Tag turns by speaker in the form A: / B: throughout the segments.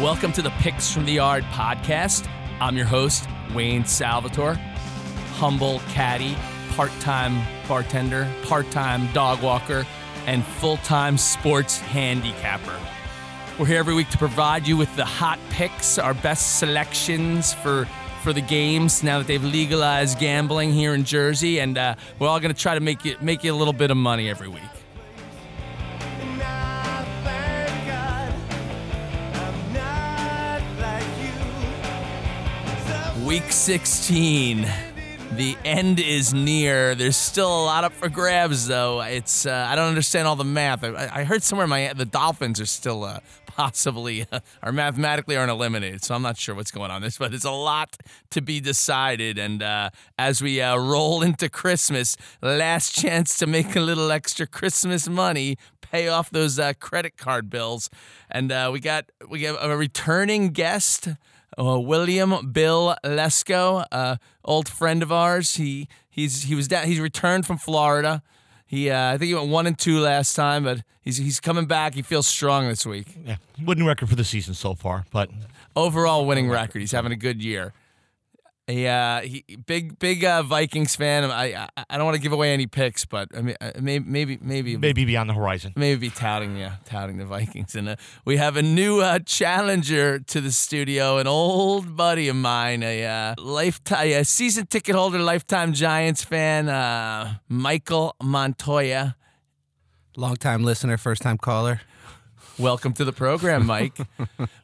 A: Welcome to the Picks from the Yard podcast. I'm your host, Wayne Salvatore, humble caddy, part time bartender, part time dog walker, and full time sports handicapper. We're here every week to provide you with the hot picks, our best selections for for the games now that they've legalized gambling here in Jersey, and uh, we're all going to try to make you make you a little bit of money every week. Week 16. The end is near. There's still a lot up for grabs, though. It's uh, I don't understand all the math. I, I heard somewhere my the Dolphins are still uh, possibly uh, are mathematically aren't eliminated, so I'm not sure what's going on this, but there's a lot to be decided. And uh, as we uh, roll into Christmas, last chance to make a little extra Christmas money, pay off those uh, credit card bills, and uh, we got we have a returning guest. Uh, William Bill Lesko, uh, old friend of ours. He he's he was down, he's returned from Florida. He uh, I think he went one and two last time, but he's he's coming back. He feels strong this week.
B: Yeah, winning record for the season so far, but
A: Overall winning record. He's having a good year. He, uh, he big big uh, Vikings fan. I I, I don't want to give away any picks, but I mean uh, maybe maybe maybe
B: maybe beyond the horizon.
A: maybe be touting yeah, touting the Vikings. And uh, we have a new uh, challenger to the studio, an old buddy of mine, a uh, lifetime, a season ticket holder, lifetime Giants fan, uh, Michael Montoya.
C: Long time listener, first time caller.
A: Welcome to the program, Mike.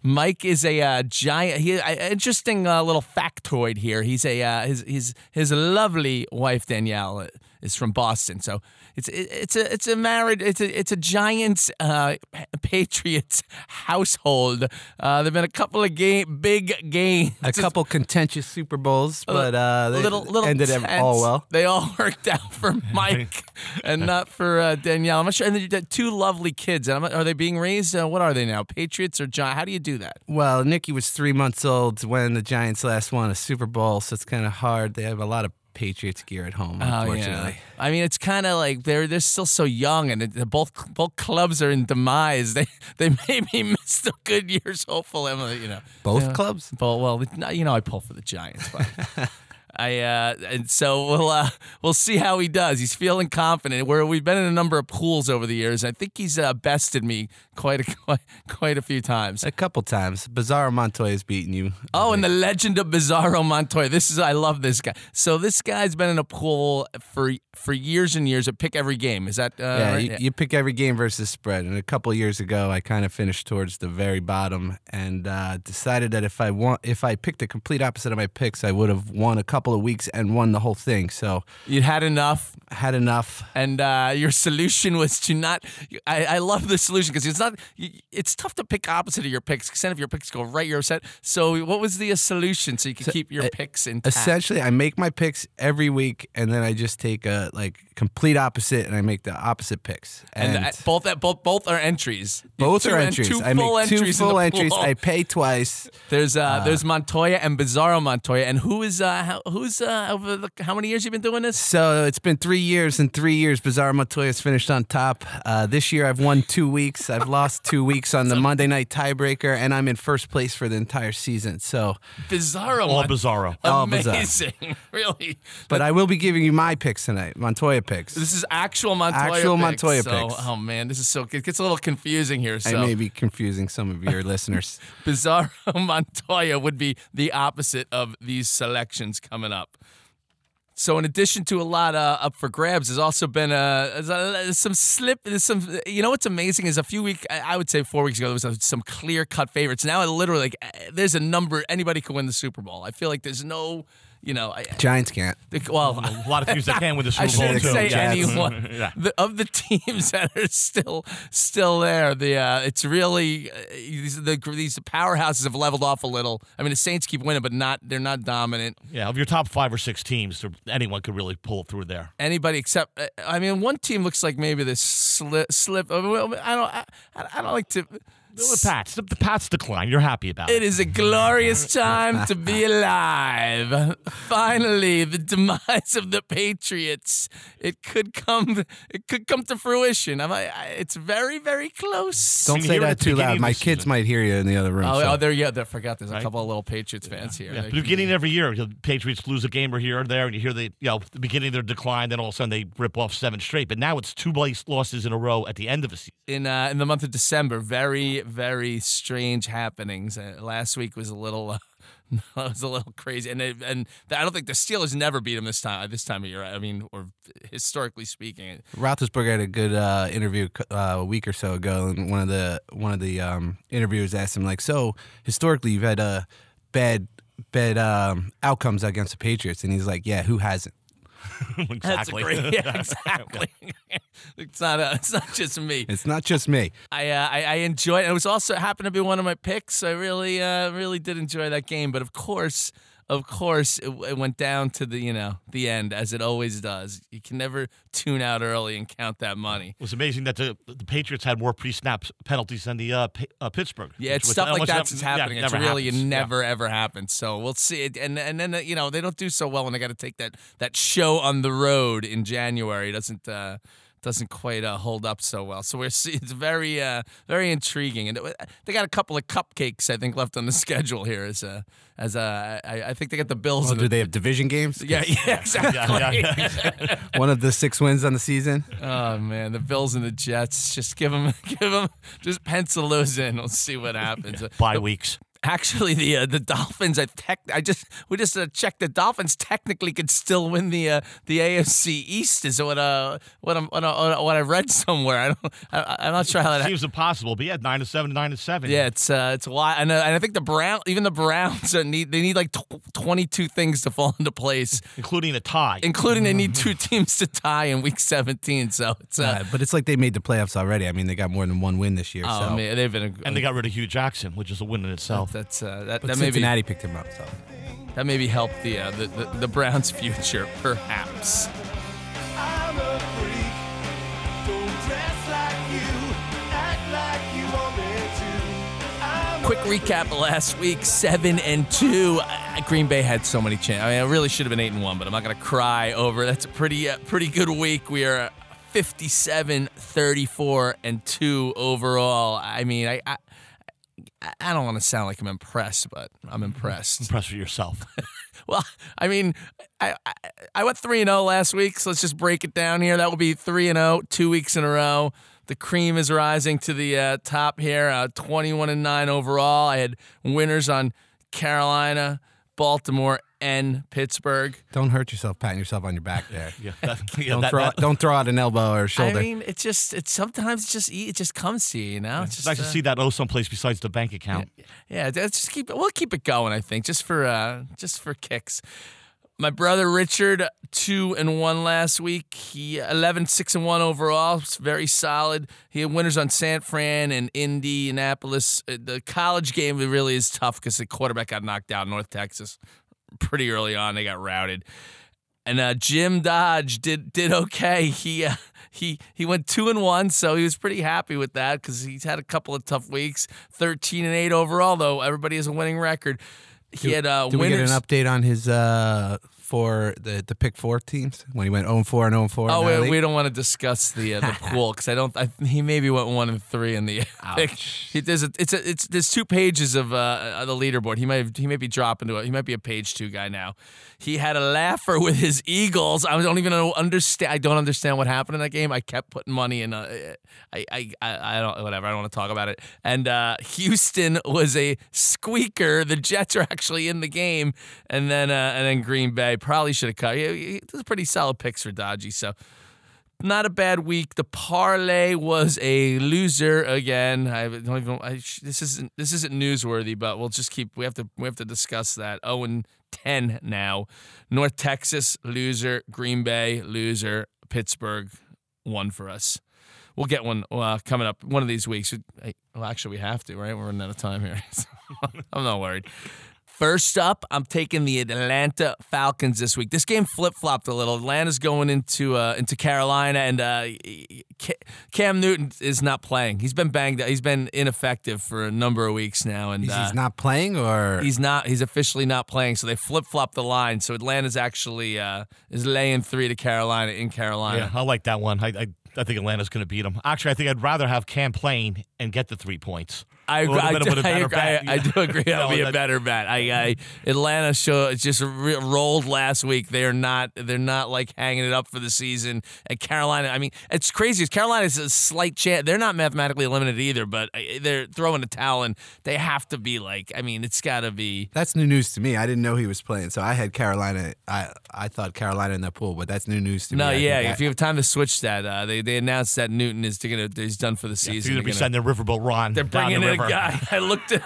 A: Mike is a uh, giant. He uh, interesting uh, little factoid here. He's a uh, his his his lovely wife Danielle uh, is from Boston, so it's it, it's a it's a married it's a it's a Giants uh, Patriots hushold. Uh, there've been a couple of game big games.
C: A couple contentious Super Bowls, but uh, they
A: little little
C: ended ev- all
A: tense.
C: well.
A: They all worked out for Mike and not for uh, Danielle. I'm not sure. And then you got two lovely kids. And I'm, are they being raised? Uh, what are they now? Patriots or John? How do you do that?
C: Well, Nikki was three months old when the Giants last won a Super Bowl, so it's kind of hard. They have a lot of Patriots gear at
A: Oh,
C: home, unfortunately.
A: I mean, it's kind of like they're they're still so young, and it, they're both both clubs are in demise. They they maybe missed the good years. Hopefully, I'm, you know.
C: Both
A: Yeah.
C: clubs?
A: But well, no, you know, I pull for the Giants, but. I uh, and so we'll uh, we'll see how he does. He's feeling confident. Where we've been in a number of pools over the years, I think he's uh, bested me quite a quite, quite a few times.
C: A couple times. Bizarro Montoya's beaten you.
A: Oh, and the legend of Bizarro Montoya. This is I love this guy. So this guy's been in a pool for for years and years. I pick every game. Is that uh,
C: yeah,
A: right?
C: you, you pick every game versus spread. And a couple years ago, I kind of finished towards the very bottom and uh, decided that if I want, if I picked the complete opposite of my picks, I would have won a couple of weeks and won the whole thing. So
A: You'd had enough,
C: had enough.
A: and uh, your solution was to not. I, I love the solution because it's not. It's tough to pick opposite of your picks. Because then if your picks go right, you're upset. So what was the uh, solution so you could keep
C: uh,
A: your picks intact?
C: essentially i make my picks every week and then i just take a like complete opposite and i make the opposite picks and,
A: and that- both that both both are entries.
C: both
A: Two
C: are
A: en-
C: entries
A: Two
C: i
A: full
C: make two
A: entries in
C: full
A: the
C: entries
A: pool.
C: i Ah. pay twice
A: There's uh, there's Montoya and Bizarro Montoya, and who is uh, how, who's uh, over the, how many years you been doing this?
C: so it's been three years and three years bizarre montoya's finished on top uh, this year i've won two weeks i've lost two weeks on the monday night tiebreaker and i'm in first place for the entire season so
A: Bizarro,
B: All
A: Mon-
B: bizarro.
C: All Bizarro.
A: amazing, really.
C: but i will be giving you my picks tonight montoya picks
A: This is actual Montoya.
C: Actual
A: picks,
C: Montoya
A: so-
C: picks.
A: Oh man, this is so it gets a little confusing here. So
C: i may be confusing some of your listeners
A: Bizarro Montoya would be the opposite of these selections coming up. So, in addition to a lot uh, up for grabs, there's also been uh, there's, uh, there's some slip. There's some, you know, what's amazing is a few week, I I would say four weeks ago, there was uh, some clear cut favorites. Now, I literally like, uh, there's a number anybody could win the Super Bowl. I feel like there's no, you know, I,
C: giants can't
A: I- well,
B: A lot of teams that can win the
A: I
B: Super Bowl
A: shouldn't
B: too.
A: say
B: Yeah.
A: anyone.
B: Yeah.
A: The, of the teams that are still still there, the uh, it's really uh, these the these powerhouses have leveled off a little. I mean, the Saints keep winning, but not they're not dominant.
B: Yeah, of your top five or six teams, there- anyone could really pull it through there.
A: Anybody except uh, I mean, one team looks like maybe this slip. slip I mean, I don't I, I don't like to.
B: The Pats. The, the Pats decline. You're happy about
A: It
B: it.
A: is a glorious time to be alive. Finally, the demise of the Patriots. It could come. It could come to fruition. I'm, I, I, it's very, very close.
C: Don't
B: Can you
C: say
B: hear it
C: that
B: at the
C: too
B: beginning
C: loud.
B: of
C: My
B: the
C: kids
B: season?
C: might hear you in the other room.
A: Oh,
C: so-
A: oh, there you go. I forgot there's a
B: Right.
A: couple of little Patriots fans here.
B: Yeah,
A: They
B: the beginning
A: can-
B: of every year, the Patriots lose a game or here or there, and you hear the you know the beginning of their decline. Then all of a sudden they rip off seven straight. But now it's two place losses in a row at the end of a season.
A: in uh, in the month of December, very, very strange happenings. Uh, last week was a little. Uh, it was a little crazy, and they, and I don't think the Steelers never beat them this time. This time of year, I mean, or historically speaking,
C: Roethlisberger had a good uh, interview uh, a week or so ago, and one of the one of the um, interviewers asked him like, "So historically, you've had uh, bad bad um, outcomes against the Patriots," and he's like, "Yeah, who hasn't?"
B: exactly.
A: That's a great, yeah, exactly. it's not. Uh, it's not just me.
C: It's not just me.
A: I, uh, I I enjoyed. It was also it happened to be one of my picks. So I really uh, really did enjoy that game. But of course, of course, it, it went down to the you know the end as it always does. You can never tune out early and count that money.
B: It was amazing that the, the Patriots had more pre-snap penalties than the uh, P- uh, Pittsburgh.
A: Yeah,
B: which
A: it's
B: was
A: stuff like
B: almost
A: that's
B: never-
A: what's
B: yeah,
A: happening. it's
B: never
A: really
B: happens.
A: it
B: Yeah.
A: never ever happens. So we'll see it, and and then uh, you know they don't do so well when they got to take that that show on the road in January. It doesn't uh, doesn't quite uh, hold up so well. So we're see- it's very uh, very intriguing, and it, they got a couple of cupcakes I think left on the schedule here. As uh as uh, I, I think they got the Bills.
C: Well,
A: and
C: do
A: the,
C: they have division games?
A: yeah, yeah, exactly.
B: Oh, Yeah, yeah, yeah.
C: one of the six wins on the season.
A: Oh man, the Bills and the Jets. Just give them, give them, just pencil those in. We'll see what happens. Uh,
B: Bye weeks.
A: Actually, the uh, the Dolphins. I tech. I just we just uh, checked. The Dolphins technically could still win the uh, the AFC East. Is what uh what I'm what, I, what I read somewhere. I don't. I, I'm not sure how that.
B: Seems impossible, but yeah, nine to seven, nine to seven.
A: Yeah, it's uh, it's why, and, uh, and I think the Brown, even the Browns, uh, need they need like tw- 22 things to fall into place,
B: including a tie.
A: including they need two teams to tie in Week 17. So it's uh,
C: Uh, but it's like they made the playoffs already. I mean, they got more than one win this year.
A: oh
C: so
A: man, they've been a,
B: and they got rid of Hugh Jackson, which is a win in itself.
A: that's uh, that
C: but
A: that maybe
C: Cincinnati picked him up. So
A: that maybe helped the, uh, the the the Browns' future perhaps.
D: I'm a freak. Don't dress like you, act like you want me to. I'm
A: Quick recap of last week: seven and two. Uh, Green Bay had so many chances. I mean, I really should have been eight and one, but I'm not going to cry over. That's a pretty, uh, pretty good week. We are 57, 34, and two overall. I mean, I, I, I- I don't want to sound like I'm impressed, but I'm impressed.
B: Impressed with yourself.
A: Well, I mean, I, I, I went three and zero last week, so let's just break it down here. That will be three and zero, two weeks in a row. The cream is rising to the uh, top here. Uh, Twenty one and nine overall. I had winners on Carolina, Baltimore, and Pittsburg.
C: don't hurt yourself, patting yourself on your back there.
B: yeah, that, yeah,
C: Don't,
B: that-
C: throw,
B: that-
C: don't throw out an elbow or a shoulder.
A: I mean, it's just it's sometimes it's just it just comes to you, you know. It's
B: it's
A: just,
B: nice to
A: uh,
B: see that oh someplace besides the bank account.
A: Yeah, let's just keep we'll keep it going. I think just for uh, just for kicks. My brother Richard, two and one last week. He 11, 6 and one overall. It's very solid. He had winners on San Fran and Indianapolis. Uh, The college game really is tough because the quarterback got knocked out. in North Texas, pretty early on, they got routed. And uh, Jim Dodge did did okay. He uh, he he went two and one, so he was pretty happy with that because he's had a couple of tough weeks. Thirteen and eight overall, though. Everybody has a winning record. He had uh,
C: Did we get
A: winners.
C: an update on his uh, for the the pick four teams when he went 0 4 and 0 4?
A: Oh, we, we don't want to discuss the uh, the pool because I don't. I, he maybe went one and three in the.
C: Ouch.
A: It- there's a, it's a, it's there's two pages of uh, uh, the leaderboard. He might he might be dropping to it. He might be a page two guy now. He had a laugher with his Eagles. I don't even know- understand. I don't understand what happened in that game. I kept putting money in. Uh, I, I I I don't whatever. I don't want to talk about it. And uh, Houston was a squeaker. The Jets are actually in the game, and then uh, and then Green Bay probably should have cut. Yeah, yeah, Those are pretty solid picks for Dodgy. So not a bad week. The parlay was a loser again. I don't even. I, sh- this isn't this isn't newsworthy, but we'll just keep. We have to we have to discuss that. Oh and ten now. North Texas loser. Green Bay loser. Pittsburgh one for us. We'll get one uh, coming up one of these weeks. Hey, Well, actually, we have to, right? We're running out of time here. So I'm not worried. First up, I'm taking the Atlanta Falcons this week. This game flip flopped a little. Atlanta's going into uh, into Carolina, and uh, Ca- Cam Newton is not playing. He's been banged up. He's been ineffective for a number of weeks now, and
C: He's,
A: uh,
C: he's not playing, or
A: He's not. He's officially not playing. So they flip flop the line. So Atlanta's actually uh, is laying three to Carolina in
B: Yeah,
A: Carolina.
B: I like that one. I, I, I think Atlanta's going to beat them. Actually, I think I'd rather have Cam playing and get the three points.
A: I,
B: Would've
A: agree, I,
B: been a-
A: do-
B: would've
A: I
B: better
A: agree-
B: bet.
A: I- I do agree. That'll
B: No,
A: be a
B: that-
A: better bet. I, I Atlanta show it's just re- rolled last week. They're not. They're not like hanging it up for the season. And Carolina. I mean, it's crazy. Carolina's a slight chance. They're not mathematically eliminated either, but uh, they're throwing a towel and they have to be like. I mean, it's got to be.
C: that's new news to me. I didn't know he was playing, so I had Carolina. I I thought Carolina in that pool, but that's new news to
A: No,
C: me. I
A: yeah.
C: think I-
A: If you have time to switch that, uh, they they announced that Newton is gonna he's done for the season.
B: You're going to be
A: They're gonna-
B: sending Riverboat Ron
A: They're
B: down
A: bringing
B: the
A: in
B: river.
A: a guy. I looked at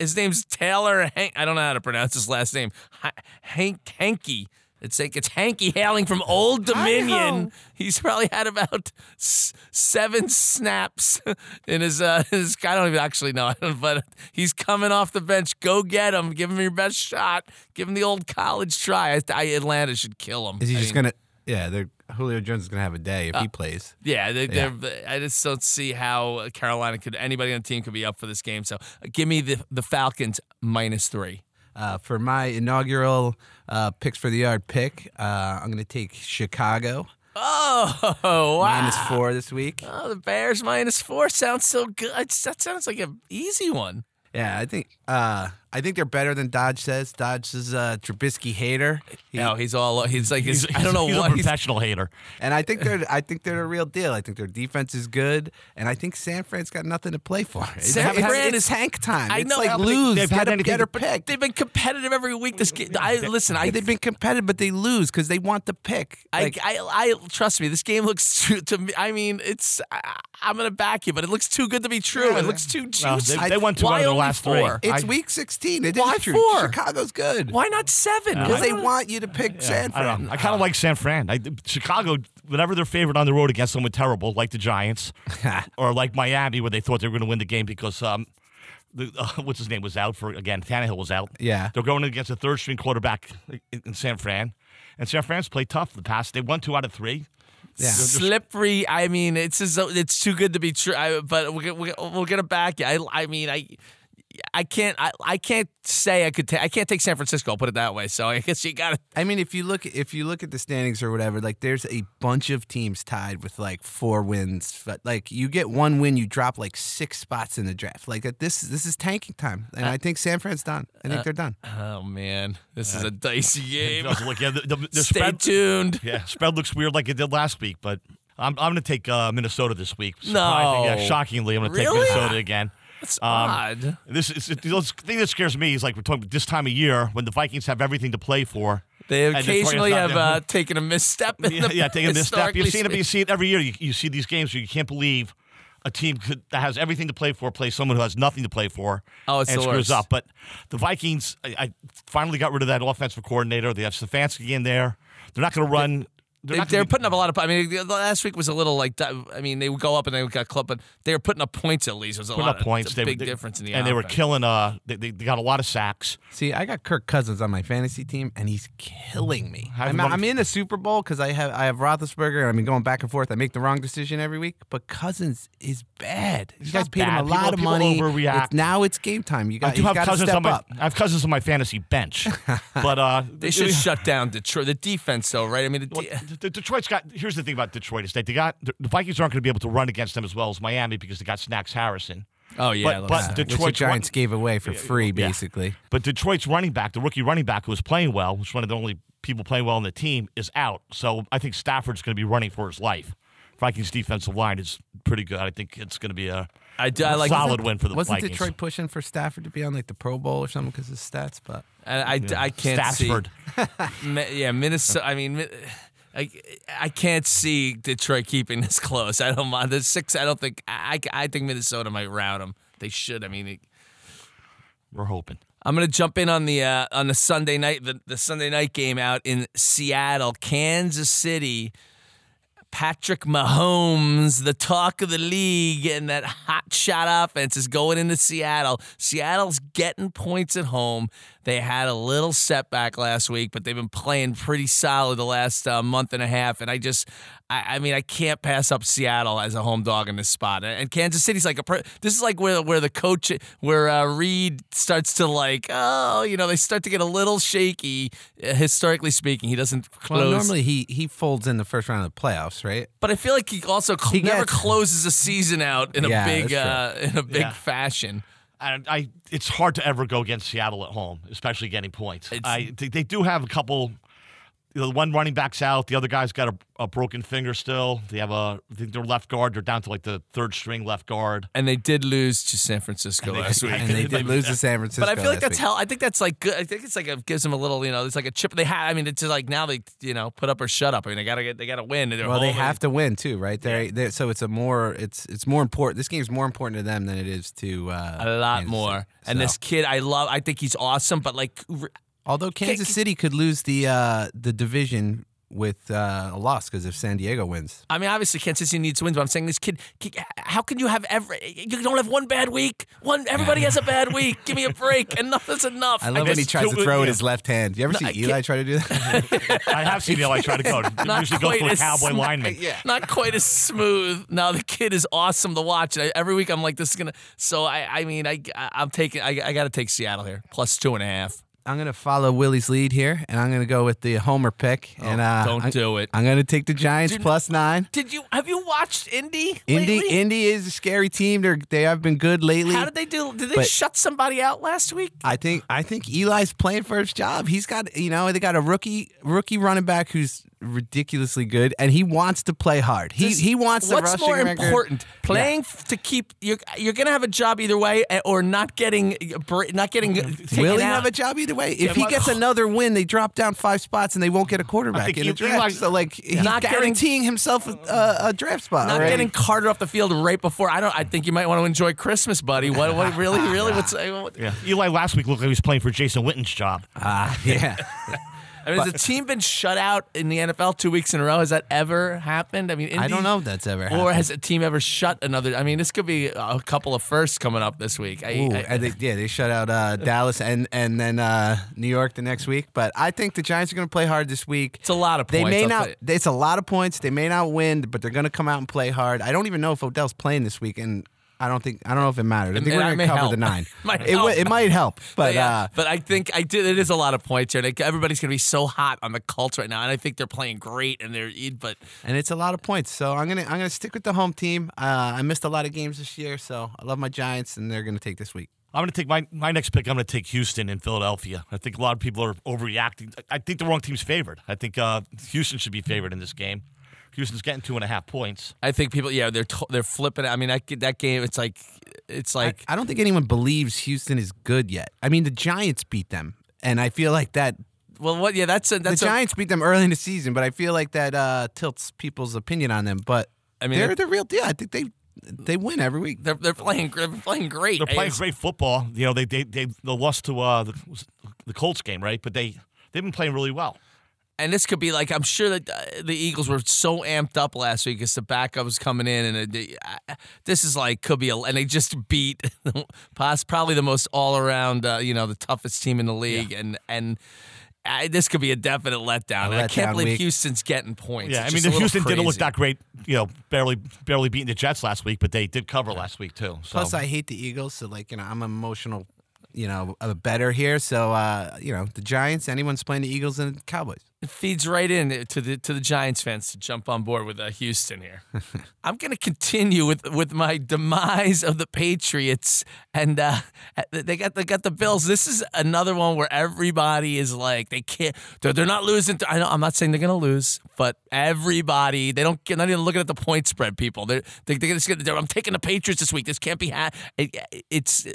A: his name's Taylor Hank. I don't know how to pronounce his last name. Ha- Hank Hanky. It's like it's Hanky hailing from Old Dominion. He's probably had about s- seven snaps in his. Uh, his I don't even actually know, but he's coming off the bench. Go get him. Give him your best shot. Give him the old college try. I, I, Atlanta should kill him.
C: Is he
A: I
C: just
A: mean- Uh,
C: gonna? Yeah, they're, Julio Jones is gonna have a day if he plays.
A: Yeah, they, They're, I just don't see how uh, Carolina could anybody on the team could be up for this game. So uh, give me the the Falcons minus three.
C: Uh, for my inaugural uh, picks for the yard pick, uh, I'm gonna take Chicago
A: Oh wow!
C: minus four this week.
A: Oh, the Bears minus four sounds so good. That sounds like an easy one.
C: Yeah, I think uh, I think they're better than Dodge says. Dodge is a Trubisky hater. He-
A: no, he's all he's like
B: He's,
A: he's, I don't know
B: he's
A: what
B: a
A: he's.
B: professional hater.
C: And I think they're I think they're a real deal. I think their defense is good, and I think San Fran's got nothing to play for. It's,
A: San
C: it's-
A: Fran
C: it's
A: is-
C: tank time.
A: I
C: it's
A: know,
C: like
A: but they-
C: lose,
B: they've
C: get,
B: had
C: a,
B: anything
C: get a
B: but
C: pick.
A: They've been competitive every week. This game, I listen. I
C: They've been competitive, but they lose because they want the pick. Like,
A: I, I, I trust me. This game looks too, to me. I mean, it's. I, I'm gonna back you, but it looks too good to be true.
C: Yeah.
A: it looks too
B: Well,
A: juicy.
B: they, they won two
A: Why
B: out of their
A: only
B: last
A: four?
B: three.
C: it's
B: I-
C: week 16. It
A: Why
C: is true.
A: four?
C: Chicago's good.
A: Why not seven?
C: Because
A: Why
C: they
A: not-
C: want you to pick San
B: I
C: Fran.
B: don't know. I kind of like San Fran. I, Chicago, whenever they're favored on the road against someone terrible, like the Giants, or like Miami, where they thought they were going to win the game because um, the, uh, what's his name was out for again. Tannehill was out.
C: Yeah.
B: they're going against a third string quarterback in, in San Fran, and San Fran's played tough the past. They won two out of three.
C: Yeah.
A: Slippery. I mean, it's as though it's too good to be true. I, but we're, we're, we're gonna back you. I, I mean, I, I can't. I, I can't say I could. Ta- I can't take San Francisco. I'll put it that way. So I guess you got to.
C: I mean, if you look if you look at the standings or whatever, like there's a bunch of teams tied with like four wins. But like you get one win, you drop like six spots in the draft. Like that, this this is tanking time, and I think San Fran's done. I think they're done.
A: Oh man, this is a dicey game.
B: Also, Look, yeah, the, the, the
A: Stay
B: spread,
A: tuned.
B: yeah, spread looks weird like it did last week, but I'm, I'm going to take uh, Minnesota this week. Surprising- yeah,
A: No.
B: shockingly, I'm going to
A: Really?
B: take Minnesota again.
A: It's
B: Um,
A: odd.
B: This is it- the thing that scares me is like we're talking about this time of year when the Vikings have everything to play for.
A: They
B: and the Detroit's
A: occasionally
B: not
A: have
B: them.
A: uh, taken a misstep. In
B: yeah,
A: the,
B: yeah, taking this step. You've
A: historically
B: seen it. but You see it every year. You, you see these games where you can't believe a team could, that has everything to play for plays someone who has nothing to play for.
A: Oh, it's
B: and
A: the
B: screws
A: worst.
B: up. But the Vikings, I, I finally got rid of that offensive coordinator. They have Stefanski in there. They're not going to run.
A: They,
B: not gonna
A: they're
B: be-
A: putting up a lot of. I mean, the- the last week was a little like. I mean, they would go up and they got clubbed, but they were putting up points at least. It was a
B: putting
A: lot
B: up
A: of-
B: points.
A: It's a
B: They-
A: big
B: they-
A: difference in the
B: and they were
A: offense.
B: killing. Uh, they, they they got a lot of sacks.
C: See, I got Kirk Cousins on my fantasy team, and he's killing me.
B: Have
C: I'm,
B: him on-
C: I'm in the Super Bowl because I have I have Roethlisberger, and I've been going back and forth. I make the wrong decision every week, but Cousins is bad. You guys
B: not
C: paid
B: bad.
C: him a lot
B: People-
C: of
B: people
C: money.
B: overreact.
C: It's- now it's game time. You
B: I
C: got
B: do
C: you
B: have
C: got to
B: cousins on
C: step
B: my.
C: up.
B: I have cousins on my fantasy bench, but uh,
A: They should shut down Detroit. The defense, though, right? I mean, the de-
B: The- the Detroit's got. Here's the thing about Detroit is that they got the the Vikings aren't going to be able to run against them as well as Miami because they got Snacks Harrison.
A: oh yeah, I
B: but
A: love
B: but
A: that.
C: Which the
B: Detroit's run-
C: Giants gave away for free,
B: yeah.
C: basically.
B: but Detroit's running back, the rookie running back who was playing well, which is one of the only people playing well on the team, is out. So I think Stafford's going to be running for his life. Vikings defensive line is pretty good. I think it's going to be a
A: I do. I like.
B: solid win for the
C: Wasn't
B: Vikings.
C: Detroit pushing for Stafford to be on like the Pro Bowl or something because of stats? But
A: And I, I can't
B: Stafford.
A: see. Mi- Yeah, Minnesota. I mean. Mi- I, I can't see Detroit keeping this close. I don't mind the six. I don't think I, I I think Minnesota might rout them. They should. I mean, it,
B: We're hoping.
A: I'm gonna jump in on the uh, on the Sunday night the, the Sunday night game out in Seattle, Kansas City. Patrick Mahomes, the talk of the league, and that hot shot offense is going into Seattle. Seattle's getting points at home. They had a little setback last week, but they've been playing pretty solid the last uh, month and a half. And I just, I, I mean, I can't pass up Seattle as a home dog in this spot. And, and Kansas City's like a, pre- this is like where where the coach, where uh, Reed starts to like, oh, you know, they start to get a little shaky. uh, Historically speaking, he doesn't close.
C: Well, normally he he folds in the first round of the playoffs, right?
A: But I feel like he also cl-
C: He
A: never
C: gets-
A: closes a season out in a
C: Yeah,
A: big uh,
C: that's
A: in a big
B: Yeah.
A: fashion.
B: And I, it's hard to ever go against Seattle at home, especially getting points.
A: It's-
B: I, they, they do have a couple. You know, one running back's out. The other guy's got a, a broken finger still. They have a. I think their left guard. They're down to like the third string left guard.
A: And they did lose to San Francisco
B: And they-
A: last week.
B: and
C: And they did lose to San Francisco.
A: but I feel like
C: last
A: that's
C: week.
A: how I think that's like good. I think it's like it gives them a little, you know, it's like a chip they have. I mean, it's just like now they, you know, put up or shut up. I mean, they gotta get, they gotta win. and they're
C: Well, they
A: home.
C: have to win too, right? They're, they're- so it's a more it's it's more important. This game's more important to them than it is to uh,
A: a lot
C: Kansas
A: more.
C: City.
A: And
C: So-
A: this kid, I love. I think he's awesome. But like, r-
C: although Kansas
A: Ca-
C: City could lose the uh, the division with uh, a loss because if San Diego wins,
A: I mean, obviously Kansas City needs wins. But I'm saying this kid, ki- how can you have every? You don't have one bad week. One everybody has a bad week. Give me a break. Enough is enough.
C: I love when he
B: guess
C: tries
B: two-
C: to throw
B: yeah.
C: it his left hand. You ever see
A: I
C: Eli try to do that?
B: I have seen Eli try to go. They
A: Not
B: usually goes to
A: quite
B: a
A: as
B: cowboy
A: sm-
B: lineman.
C: yeah.
A: not quite as smooth. Now the kid is awesome to watch. And I, every week I'm like, this is gonna. So I, I mean, I, I- I'm taking. I, I got to take Seattle here, plus two and a half.
C: I'm gonna follow Willie's lead here, and I'm gonna go with the Homer pick. and uh,
A: Oh, don't
C: I'm,
A: do it.
C: I'm gonna take the Giants
A: Dude,
C: plus nine.
A: Did you have you watched Indy?
C: Indy,
A: lately?
C: Indy is a scary team. They're, they have been good lately.
A: How did they do? Did they
C: But-
A: shut somebody out last week?
C: I think I think Eli's playing for his job. He's got you know they got a rookie rookie running back who's ridiculously good, and he wants to play hard. He
A: This-
C: he wants the
A: What's
C: rushing
A: more
C: record.
A: important, playing f to keep you're you're gonna have a job either way, eh, or not getting eh, br- not getting taken
C: Will he
A: out.
C: have a job either way? If he
A: but-
C: gets another win, they drop down five spots and they won't get a quarterback
B: think
C: in the
B: Eli-
C: draft. so like he's
A: Not getting-
C: guaranteeing himself a, a draft spot.
A: Not
C: already.
A: getting Carter off the field right before. I don't. I think you might want to enjoy Christmas, buddy. What? What? Really? Really? What's? eh, What,
B: Yeah. Eli last week looked like he was playing for Jason Witten's job.
C: Ah, yeah.
A: I mean, has the team been shut out in the NFL two weeks in a row? Has that ever happened? I mean,
C: I don't
A: Indy-
C: know if that's ever happened.
A: Or has a team ever shut another? I mean, this could be a couple of firsts coming up this week. I,
C: Ooh,
A: I-
C: and they, yeah, they shut out uh, Dallas and and then uh, New York the next week. But I think the Giants are going to play hard this week.
A: It's a lot of
C: They
A: points,
C: may
A: I'll
C: not.
A: tell
C: It's a lot of points. They may not win, but they're going to come out and play hard. I don't even know if Odell's playing this week, and I don't think I don't know if it matters. I
A: It-
C: think
A: it
C: we're going
A: may
C: to cover
A: help.
C: the nine.
A: Might
C: it, w-
A: help.
C: it might help, but
A: yeah,
C: uh,
A: but I think I did. It is a lot of points here. Like, everybody's going to be so hot on the Colts right now, and I think they're playing great. And they're e, but
C: and it's a lot of points. So I'm gonna I'm gonna stick with the home team. Uh, I missed a lot of games this year, so I love my Giants, and they're going to take this week.
B: I'm going to take my, my next pick. I'm going to take Houston and Philadelphia. I think a lot of people are overreacting. I- I think the wrong team's favored. I think uh, Houston should be favored in this game. Houston's getting two and a half points.
A: I think people, yeah, they're to- they're flipping. it. I mean, I, that game, it's like, it's like
C: I don't think anyone believes Houston is good yet. I mean, the Giants beat them, and I feel like that
A: well, what? Yeah, that's a, that's
C: the
A: a,
C: Giants beat them early in the season, but I feel like that uh, tilts people's opinion on them. But
A: I mean,
C: they're
A: it-
C: the real deal. I think they they win every week.
A: They're, they're playing they're playing great.
B: They're playing
A: It's-
B: great football. You know, they they they, they lost to uh, the, was it the Colts game, right? But they they've been playing really well.
A: and this could be like I'm sure that uh, the Eagles were so amped up last week because the backup was coming in, and it, uh, this is like could be a, and they just beat pos- probably the most all around uh, you know the toughest team in the league, and and. I, this could be a definite letdown.
C: A
A: and I can't
C: letdown
A: believe
C: week.
A: Houston's getting points.
B: Yeah,
A: It's
B: I mean,
A: just a
B: the
A: little
B: Houston didn't look
A: crazy.
B: that great. You know, barely barely beating the Jets last week, but they did cover last week too. So
C: Plus, I hate the Eagles, so like you know, I'm emotional. You know, a better here. So uh, you know, the Giants. Anyone's playing the Eagles and Cowboys.
A: It feeds right in to the to the Giants fans to jump on board with uh, Houston here. I'm going to continue with with my demise of the Patriots, and uh, they got they got the Bills. This is another one where everybody is like they can't they're, they're not losing. I know I'm not saying they're going to lose, but everybody they don't get not even looking at the point spread. People they're they, they're just gonna, they're, I'm taking the Patriots this week. This can't be ha- it, it's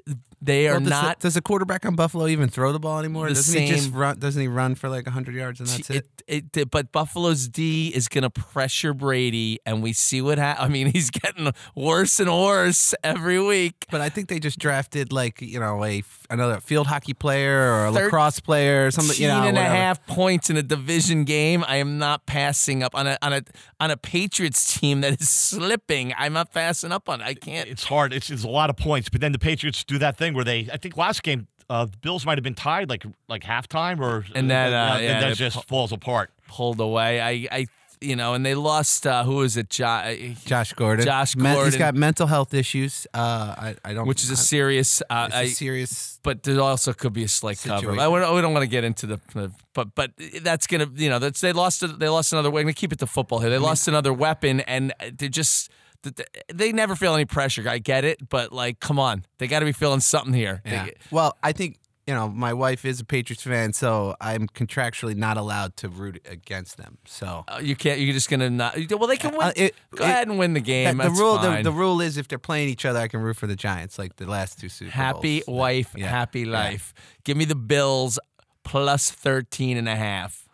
A: They are
C: Well, does the-
A: not.
C: does a quarterback on Buffalo even throw the ball anymore?
A: The
C: doesn't he just
A: same-
C: run? Doesn't he run for like hundred yards and that's it?
A: It, it- but Buffalo's D is going to pressure Brady, and we see what happens. I mean, he's getting worse and worse every week.
C: But I think they just drafted like you know a f- another field hockey player or a
A: Thirteen
C: lacrosse player or something. You
A: 13
C: know,
A: and a
C: whatever.
A: half points in a division game. I am not passing up on a on a on a Patriots team that is slipping. I'm not passing up on. it. I can't.
B: It's hard. It's, it's a lot of points. But then the Patriots do that thing where they, I think last game, uh, the Bills might have been tied like like halftime or
A: And then, uh,
B: and
A: yeah,
B: that
A: they
B: just
A: pu-
B: falls apart.
A: pulled away. I, I, you know, and they lost. Uh, who was it? Jo-
C: Josh Gordon.
A: Josh
C: he's
A: Gordon.
C: got mental health issues. Uh, I, I don't.
A: which is a
C: I-
A: serious. Uh,
C: it's a
A: I,
C: serious.
A: but there also could be a slight cover. I,
C: Situation.
A: would- I don't want to get into the, the- but but that's gonna you know that's they lost they lost another. We're gonna keep it to football here. They
C: Mm-hmm.
A: lost another weapon, and they just th- th- they never feel any pressure. I get it, but like, come on, they got to be feeling something here. They-
C: Yeah. Well, I think you know my wife is a Patriots fan, so I'm contractually not allowed to root against them. So
A: uh, you can't. You're just gonna not. you- Well, they can win.
C: Uh, it-
A: go
C: it-
A: ahead and win the game.
C: That- the
A: that's
C: rule the,
A: fine.
C: the rule is if they're playing each other, I can root for the Giants like the last two Super
A: happy
C: Bowls.
A: wife,
C: Yeah.
A: happy
C: Yeah.
A: life. Give me the Bills plus 13 and a half.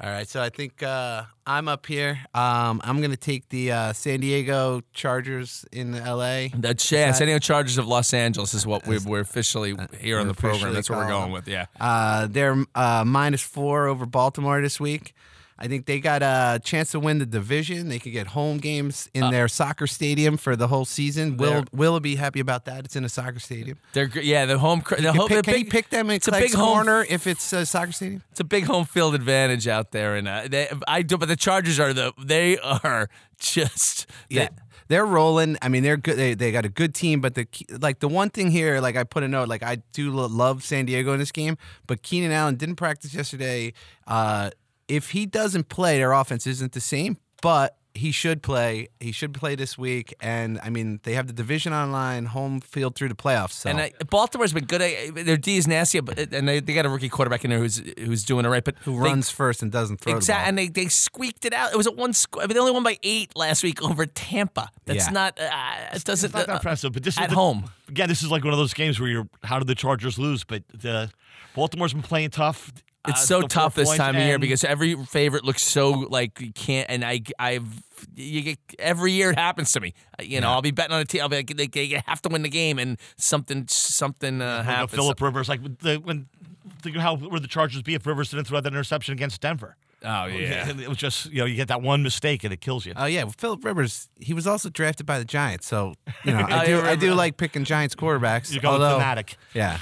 C: All right, so I think uh, I'm up here. Um, I'm gonna take the uh, San Diego Chargers in L.A.
A: The chance, San Diego Chargers of Los Angeles is what we're, we're officially here on
C: we're
A: the program.
C: officially
A: That's what Uh, we're
C: calling
A: going
C: them.
A: with. Yeah.
C: Uh, they're uh, minus four over Baltimore this week. I think they got a chance to win the division. They could get home games
A: Uh.
C: in their soccer stadium for the whole season. Will Will be happy about that? It's in a soccer stadium.
A: They're gr- yeah the home cr- the
C: You
A: home,
C: pick-
A: the
C: can
A: big,
C: you pick them in
A: it's a big
C: Clegg's
A: home-
C: corner if it's a soccer stadium?
A: it's a big home field advantage out there and uh, they, I do but the Chargers are the they are just
C: Yeah.
A: they-
C: They're rolling. I mean, they're good. They, they got a good team, but the key- like the one thing here, like I put a note, like I do lo- love San Diego in this game, but Keenan Allen didn't practice yesterday. Uh, if he doesn't play, their offense isn't the same. But he should play. He should play this week. And I mean, they have the division online, home field through the playoffs. So
A: and I, Baltimore's been good at, their D is nasty but uh, and they, they got a rookie quarterback in there who's who's doing it right but
C: who
A: they-
C: runs first and doesn't throw the ball.
A: Exactly, and they, they squeaked it out. It was a one. Squ- I mean, they only won by eight last week over Tampa. That's
C: Yeah.
A: not. Uh, it doesn't.
B: It's not that
A: uh,
B: impressive, but this is
A: at
B: the-
A: home.
B: Again, this is like one of those games where you're. How did the Chargers lose? But the Baltimore's been playing tough.
A: It's
B: uh,
A: so
B: the four
A: tough this
B: points,
A: time of year
B: and
A: because every favorite looks so like you can't. And I, I've, you get every year it happens to me. Uh, You know, I'll be betting on a team. I'll be like, they, they have to win the game, and something, something uh,
B: you know,
A: happens.
B: Philip Rivers, like the, when think of how would the Chargers be if Rivers didn't throw that interception against Denver?
A: oh yeah.
B: And it was just you know you get that one mistake and it kills you.
C: Oh yeah, well, Philip Rivers. He was also drafted by the Giants, so you know
A: I
C: I do. I
A: Oh, remember.
C: do like picking Giants quarterbacks.
B: You're going
C: although-
B: fanatic.
C: Yeah.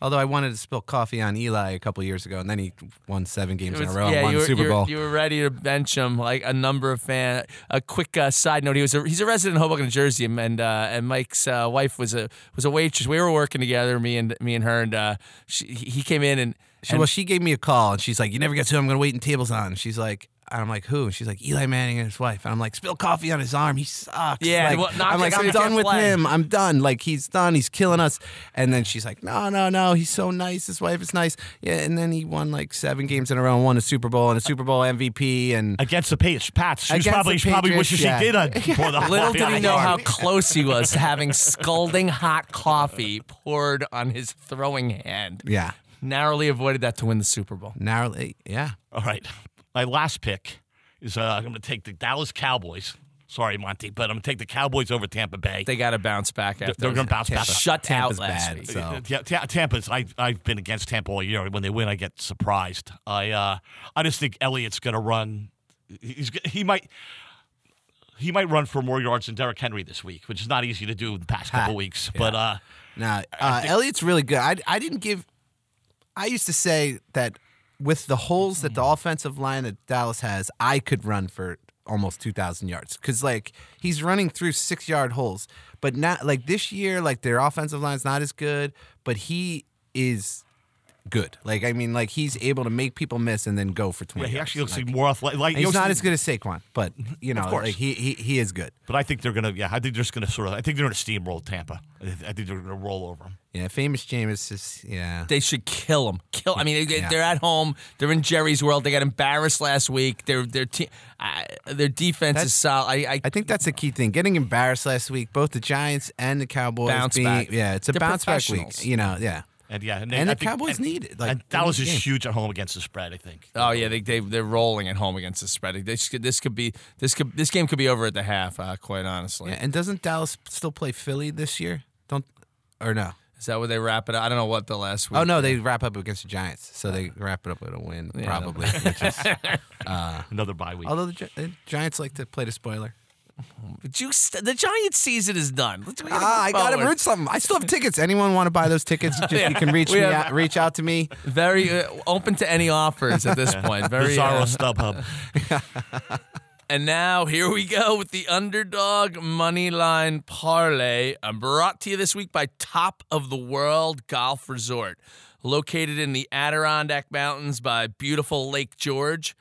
C: Although I wanted to spill coffee on Eli a couple years ago, and then he won seven games
A: It was-
C: in a row and won
A: you were,
C: the Super
A: you were-
C: Bowl.
A: You were ready to bench him, like a number of fan. A quick uh, side note: he was a, he's a resident of Hoboken, New Jersey, and uh, and Mike's uh, wife was a was a waitress. We were working together, me and me and her, and uh, she, he he came in and.
C: She- well, she gave me a call, and she's like, "You never guess who I'm going to wait in tables on." And she's like, and "I'm like who?" And she's like, "Eli Manning and his wife." And I'm like, "Spill coffee on his arm. He sucks."
A: Yeah,
C: Like,
A: well, knock
C: I'm
A: it
C: like,
A: out,
C: "I'm
A: he
C: done
A: can't
C: with
A: play."
C: him. I'm done. Like he's done. He's killing us." And then she's like, "No, no, no. He's so nice. His wife is nice." Yeah. And then he won like seven games in a row, and won a Super Bowl and a Super Bowl MVP, and
B: Against the Pats, Pats. She was
C: Against the
B: probably she probably
C: Patriots,
B: wishes
C: yeah.
B: she did. On, pour the
A: Little
B: coffee
A: did
B: on
A: he
B: his
A: know
B: arm.
A: how close he was to having scalding hot coffee poured on his throwing hand.
C: yeah.
A: Narrowly avoided that to win the Super Bowl.
C: Narrowly, yeah.
B: All right. My last pick is uh, I'm going to take the Dallas Cowboys. Sorry, Monty, but I'm going to take the Cowboys over Tampa Bay.
A: They got to bounce back after
B: they're gonna bounce back.
A: Shut
C: Tampa's
A: out last
C: bad,
A: week.
C: so-
B: Uh, yeah, Ta- Tampa's. I I've been against Tampa all year. When they win, I get surprised. I uh, I just think Elliott's going to run. He's g- he might. He might run for more yards than Derrick Henry this week, which is not easy to do in the past couple weeks. But uh,
C: Now, uh, Elliott's really good. I, I didn't give. I used to say that with the holes that
B: Mm-hmm.
C: the offensive line that Dallas has, I could run for almost 2,000 yards because like he's running through six yard holes. But not like this year, like their offensive line's not as good, but he is good. Like I mean, like he's able to make people miss and then go for
B: Yeah,
C: twenty.
B: he actually looks
C: like,
B: like more athletic. Like,
C: he's
B: he
C: not
B: looks-
C: as good as Saquon, but you know,
B: course.
C: like he, he he is good.
B: But I think they're gonna. Yeah, I think they're just gonna sort of. I think they're gonna steamroll Tampa. I th- I think they're gonna roll over them.
C: Yeah, famous Jameis is yeah.
A: They should kill him. Kill. I mean, they,
C: Yeah.
A: they're at home. They're in Jerry's world. They got embarrassed last week. Their their te- I their defense is
C: That's-
A: solid. I, I,
C: I think that's a key thing. Getting embarrassed last week, both the Giants and the Cowboys.
A: Bounce
C: being,
A: back.
C: Yeah, it's a
A: They're
C: bounce back
A: professionals.
C: week. You know, yeah.
B: And yeah,
C: And
B: I
C: the Cowboys
B: and-
C: need it, like,
B: and
C: they
B: Dallas
C: need
B: is
C: the game.
B: huge at home against the spread. I think.
A: oh yeah, they, they they're rolling at home against the spread. This could this could be this could this game could be over at the half. Uh, quite honestly,
C: yeah. And doesn't Dallas still play Philly this year? Don't or no?
A: is that where they wrap it? up? I don't know what the last week.
C: Oh no, they wrap up against the Giants, so they
A: Uh-huh.
C: wrap it up with a win probably. which is,
B: Another bye week.
C: although the, Gi- the Giants like to play the spoiler.
A: But you st- the Giants season is done. Let's, we gotta
C: Ah,
A: move
C: I gotta
A: forward.
C: root something. I still have tickets. Anyone want to buy those tickets? Just, You can reach
A: We
C: me
A: have-
C: out, reach out to me.
A: Very uh, open to any offers at this point. Very
B: Bizarro
A: uh,
B: StubHub.
A: And now here we go with the underdog money line parlay. i brought to you this week by Top of the World Golf Resort, located in the Adirondack Mountains by beautiful Lake George.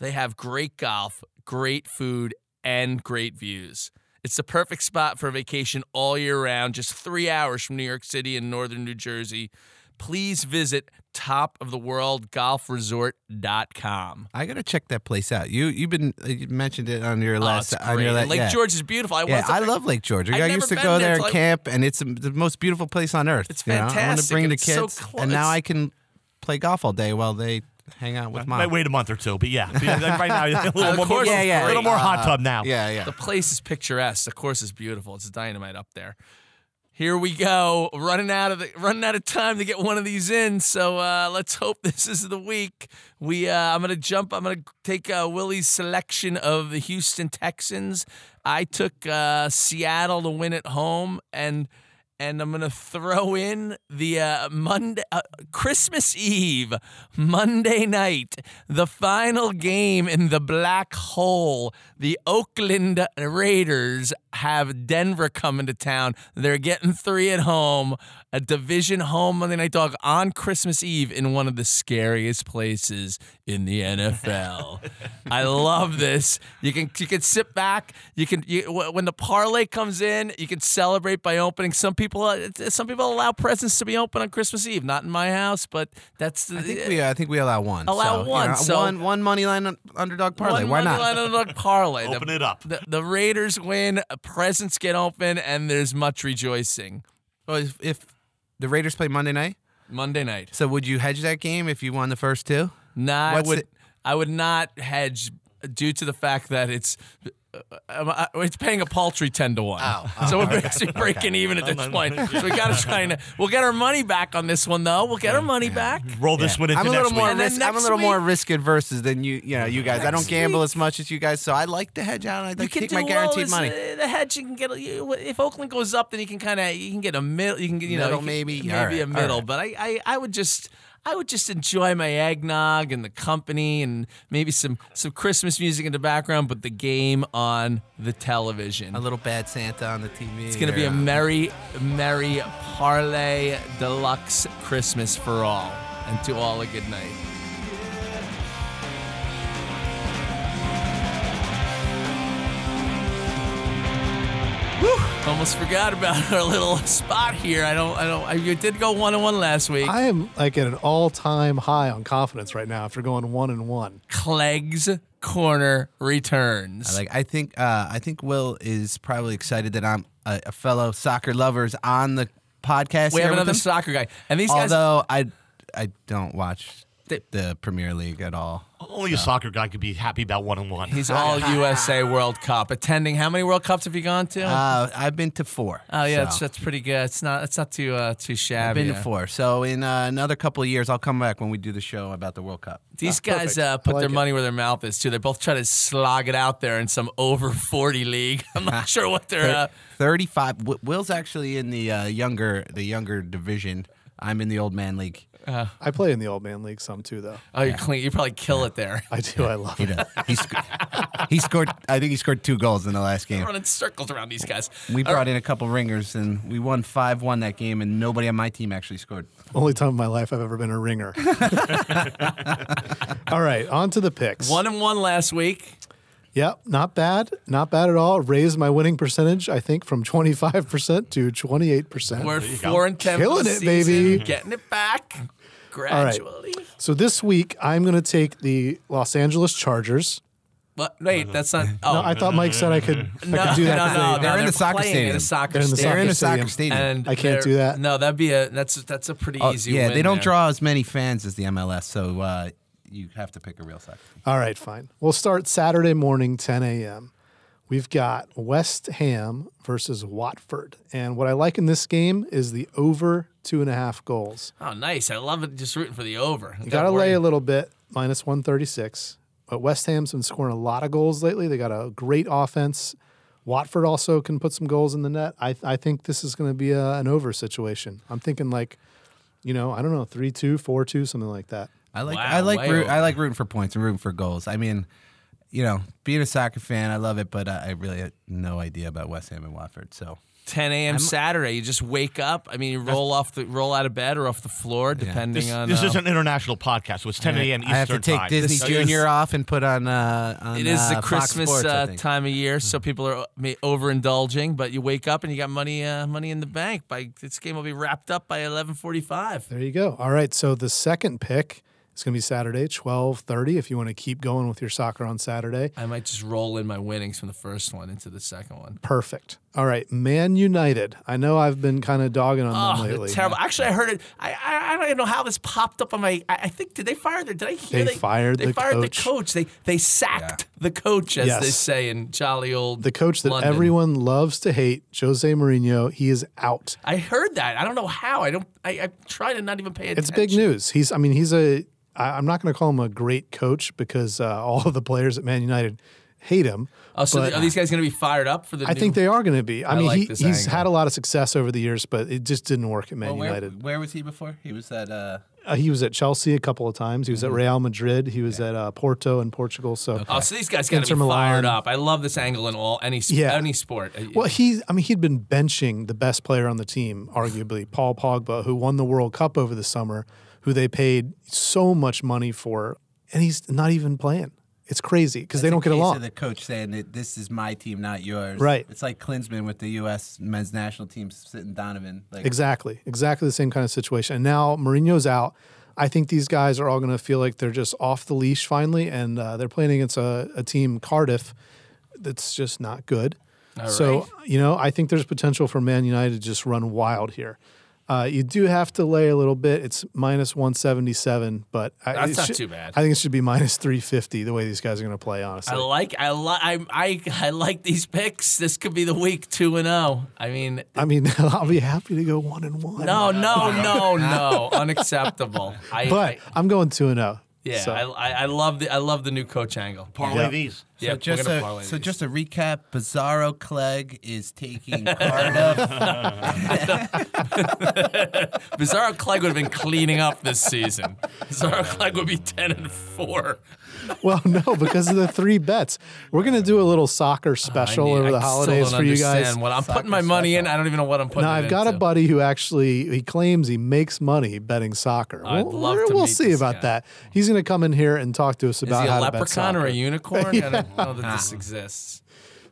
A: They have great golf, great food, and great views. It's the perfect spot for a vacation all year round, just three hours from New York City and northern New Jersey. Please visit topoftheworldgolfresort.com.
C: I gotta check that place out. You you've been uh, you mentioned it on your
A: Oh,
C: last
A: it's
C: on
A: great.
C: your last
A: And Lake
C: yeah.
A: George is beautiful. I
C: Yeah,
A: was
C: I love Lake George.
A: I've
C: I
A: never
C: used to
A: been
C: go
A: there.
C: there
A: It's
C: and
A: like-
C: camp, and it's the most beautiful place on earth.
A: It's
C: you know? I want to
A: fantastic.
C: bring the
A: It's so
C: kids,
A: clo-
C: and now
A: it's-
C: I can play golf all day while they hang out with
B: Might
C: mom.
B: wait a month or two, but yeah, right now a little
A: Of
B: more,
A: course
B: more-
A: it's
B: a little
A: great.
B: more hot tub now.
C: Yeah, yeah.
A: The place is picturesque. The course is beautiful. It's dynamite up there. Here we go, running out of the, running out of time to get one of these in. So uh, let's hope this is the week. We uh, I'm gonna jump. I'm gonna take uh, Willie's selection of the Houston Texans. I took uh, Seattle to win at home, and and I'm gonna throw in the uh, Monday, uh, Christmas Eve, Monday night, the final game in the black hole. The Oakland Raiders have Denver coming to town. They're getting three at home, a division home Monday night dog on Christmas Eve in one of the scariest places in the NFL. I love this. You can you can sit back. You can you, wh- when the parlay comes in, you can celebrate by opening. Some people uh, some people allow presents to be open on Christmas Eve. Not in my house, but that's the uh,
C: I think we uh, I think we allow one.
A: Allow
C: so, you
A: one,
C: know,
A: so-
C: one one money line un- underdog parlay.
A: one
C: Why
A: money
C: not?
A: line on a parlay.
B: Open
A: the,
B: it up.
A: The, the Raiders win. Presents get open, and there's much rejoicing.
C: Well, if, if the Raiders play Monday night,
A: Monday night.
C: so would you hedge that game if you won the first two?
A: Nah, I
C: What's
A: would.
C: it-
A: I would not hedge due to the fact that it's. Uh, uh, it's paying a paltry ten to one,
C: Oh,
A: so we're basically breaking even at this point. So we got to try and we'll get our money back on this one, though. We'll get our money back.
B: Roll this one into
C: I'm a
B: next
C: little more
B: week.
A: And then
C: risk, I'm a
A: next
C: little more
A: week-
C: risk adverse than you you know you guys. I don't gamble as much as you guys, so I like to hedge out. I like
A: You
C: to
A: can
C: take
A: do
C: my
A: well
C: guaranteed
A: is,
C: money.
A: uh, the hedge. You can get a- you, if Oakland goes up, then you can kind of you can get a middle. You can get you know
C: Middle,
A: you can-
C: maybe?
A: maybe
C: All right,
A: a
C: all
A: middle.
C: right.
A: But I, I I would just I would just enjoy my eggnog and the company and maybe some some Christmas music in the background, but the game on the television.
C: A little bad Santa on the TV.
A: It's going to be a merry, merry parlay deluxe Christmas for all. And to all a good night. Whew, almost forgot about our little spot here. I don't, I don't, I, you did go one on one last week.
E: I am like at an all-time high on confidence right now after going one and one.
A: Clegg's Corner returns.
C: I like I think uh, I think Will is probably excited that I'm a, a fellow soccer lovers on the podcast.
A: we
C: here
A: have
C: with
A: another
C: him.
A: soccer guy. And these guys,
C: Although I I don't watch
A: They- Oh.
C: the Premier League at all.
B: Only a soccer guy could be happy about one on one.
A: he's all USA World Cup. Attending, how many World Cups have you gone to?
C: Uh, I've been to four.
A: Oh yeah, that's,
C: so.
A: that's pretty good. It's not it's not too uh, too
C: I've
A: shabby.
C: been to four. So in uh, another couple of years, I'll come back when we do the show about the World Cup.
A: These guys
E: perfect.
A: uh,
E: I
A: put
E: like
A: their
E: it.
A: money where their mouth is too. They both try to slog it out there in some over forty league. I'm not sure what they're. Uh,
C: Thirty-five. Wi- Will's actually in the uh, younger the younger division. I'm in the old man league.
E: I play in the old man league some too, though.
A: Oh, you clean. You probably kill it there.
E: I do. I love
F: He
E: it.
F: does. He, sc- he scored. I think he scored two goals in the last game.
A: Running circles around these guys.
C: We brought in a couple ringers and we won 5 1 that game, and nobody on my team actually scored.
E: Only time in my life I've ever been a ringer. all right, on to the picks.
A: One and one last week.
E: Yep, not bad. Not bad at all. Raised my winning percentage, I think, from 25% to 28%.
A: We're four and ten. for
E: Killing
A: the
E: it,
A: season,
E: baby.
A: Getting it back gradually.
E: so this week, I'm going to take the Los Angeles Chargers.
A: But wait, that's not. Oh,
E: Uh-huh. No, I thought Mike said I could, I
A: no,
E: could do that.
A: no,
E: for
A: no,
E: you.
A: no,
F: They're in the soccer
A: playing
F: stadium.
A: In a soccer
E: They're in the
F: They're in a
E: Soccer
F: soccer stadium.
A: And
E: I can't
A: they're-
E: do that.
A: No, that'd be a that's that's a pretty
C: Oh,
A: easy.
C: yeah,
A: win
C: they don't
A: there.
C: draw as many fans as the MLS, so uh, you have to pick a real soccer team.
E: All right, fine. We'll start Saturday morning, 10 a.m. We've got West Ham versus Watford. And what I like in this game is the over two and a half goals.
A: Oh, nice! I love it. Just rooting for the over.
E: You got to lay a little bit, minus 136. But West Ham's been scoring a lot of goals lately. They got a great offense. Watford also can put some goals in the net. I, I think this is going to be a, an over situation. I'm thinking like, you know, I don't know, 3 2, 4 2, something like that.
C: I like
A: Wow,
C: I like
A: way
C: root,
A: over.
C: I like rooting for points and rooting for goals. I mean, you know, being a soccer fan, I love it, but I, I really had no idea about West Ham and Watford. So
A: 10 a.m. Saturday. You just wake up. I mean, you roll off the roll out of bed or off the floor, depending
B: This,
A: on.
B: this
A: uh,
B: is an international podcast, so it's 10 a.m. Eastern
C: I have to take
B: time.
C: Disney
A: This
C: Junior
A: is-
C: off and put on. Uh, on
A: It is
C: uh,
A: the
C: Fox
A: Christmas
C: Sports, I
A: uh,
C: think. Hmm.
A: time of year, so people are uh, may- overindulging. But you wake up and you got money, uh, money in the bank. By this game will be wrapped up by eleven forty-five.
E: There you go. All right. So the second pick is going to be Saturday, 12.30, if you want to keep going with your soccer on Saturday.
A: I might just roll in my winnings from the first one into the second one.
E: Perfect. All right. Man United. I know I've been kind of dogging on
A: Oh,
E: them
A: they're
E: lately.
A: terrible! Actually, I heard it. I, I I don't even know how this popped up on my. I, I think did they fire their? Did I hear
E: They fired
A: They
E: the
A: fired
E: coach.
A: the coach. They they sacked the coach, as they
E: Yes.
A: say in jolly old
E: The coach that
A: London.
E: everyone loves to hate, Jose Mourinho, he is out.
A: I heard that. I don't know how. I don't. I, I try to not even pay attention.
E: It's big news. He's, I mean, he's a, I, I'm not going to call him a great coach because uh, all of the players at Man United hate him.
A: Oh, so
E: but-
A: th- are these guys going to be fired up for the?
E: I
A: new-
E: think they are going to be. I, mean,
A: like
E: he,
A: this
E: he's
A: angle.
E: had a lot of success over the years, but it just didn't work at Man
C: Well, where,
E: United.
C: where was he before? He was at. Uh,
E: Uh, he was at Chelsea a couple of times. He was
C: Mm-hmm.
E: at Real Madrid. He was at uh, Porto in Portugal. So,
A: Oh, so these guys got to
E: Inter
A: be fired
E: Milan.
A: up. I love this angle in all any sp-
E: Yeah.
A: any sport.
E: well, he, I mean, he'd been benching the best player on the team, arguably, Paul Pogba, who won the World Cup over the summer, who they paid so much money for, and he's not even playing. It's crazy because they don't get
C: case
E: along.
C: of The coach saying that this is my team, not yours.
E: Right.
C: It's like Klinsman with the U.S. men's national team sitting Donovan. Like,
E: Exactly. Exactly the same kind of situation. And now Mourinho's out. I think these guys are all going to feel like they're just off the leash finally, and uh, they're playing against a, a team, Cardiff, that's just not good. so, you know, I think there's potential for Man United to just run wild here. Uh, you do have to lay a little bit. It's minus 177, but I,
A: That's
E: it
A: not
E: should-
A: too bad.
E: I think it should be minus 350 the way these guys are going to play, honestly.
A: I like I like I, I I like these picks. This could be the week two and zero. I mean,
E: I mean, I'll be happy to go one and one.
A: no, no, Oh, no, no, unacceptable. I,
E: but
A: I-
E: I'm going two and zero.
A: yeah,
E: so.
A: I, I I love the I love the new coach angle.
B: Parlay
E: Yeah.
B: these.
A: Yeah,
C: So just
A: we're gonna
C: a,
A: parlay
C: so
A: these.
C: just a recap. Bizarro Clegg is taking Cardiff.
A: Bizarro Clegg would have been cleaning up this season. Bizarro Clegg would be ten and four.
E: Well, no, because of the three bets. We're going to do a little soccer special
A: I mean,
E: over the
A: I still
E: holidays
A: don't
E: for you
A: understand
E: guys.
A: What I'm putting my money in, I don't even know what I'm putting.
E: Now,
A: it
E: I've got a
A: into.
E: buddy who actually he claims he makes money betting soccer.
A: I'd
E: we'll
A: love to
E: we'll
A: meet
E: see
A: this
E: about
A: guy.
E: that. He's going to come in here and talk to us
A: Is
E: about
A: he a
E: how
A: leprechaun
E: to bet
A: or a
E: soccer.
A: unicorn? I don't know that this exists.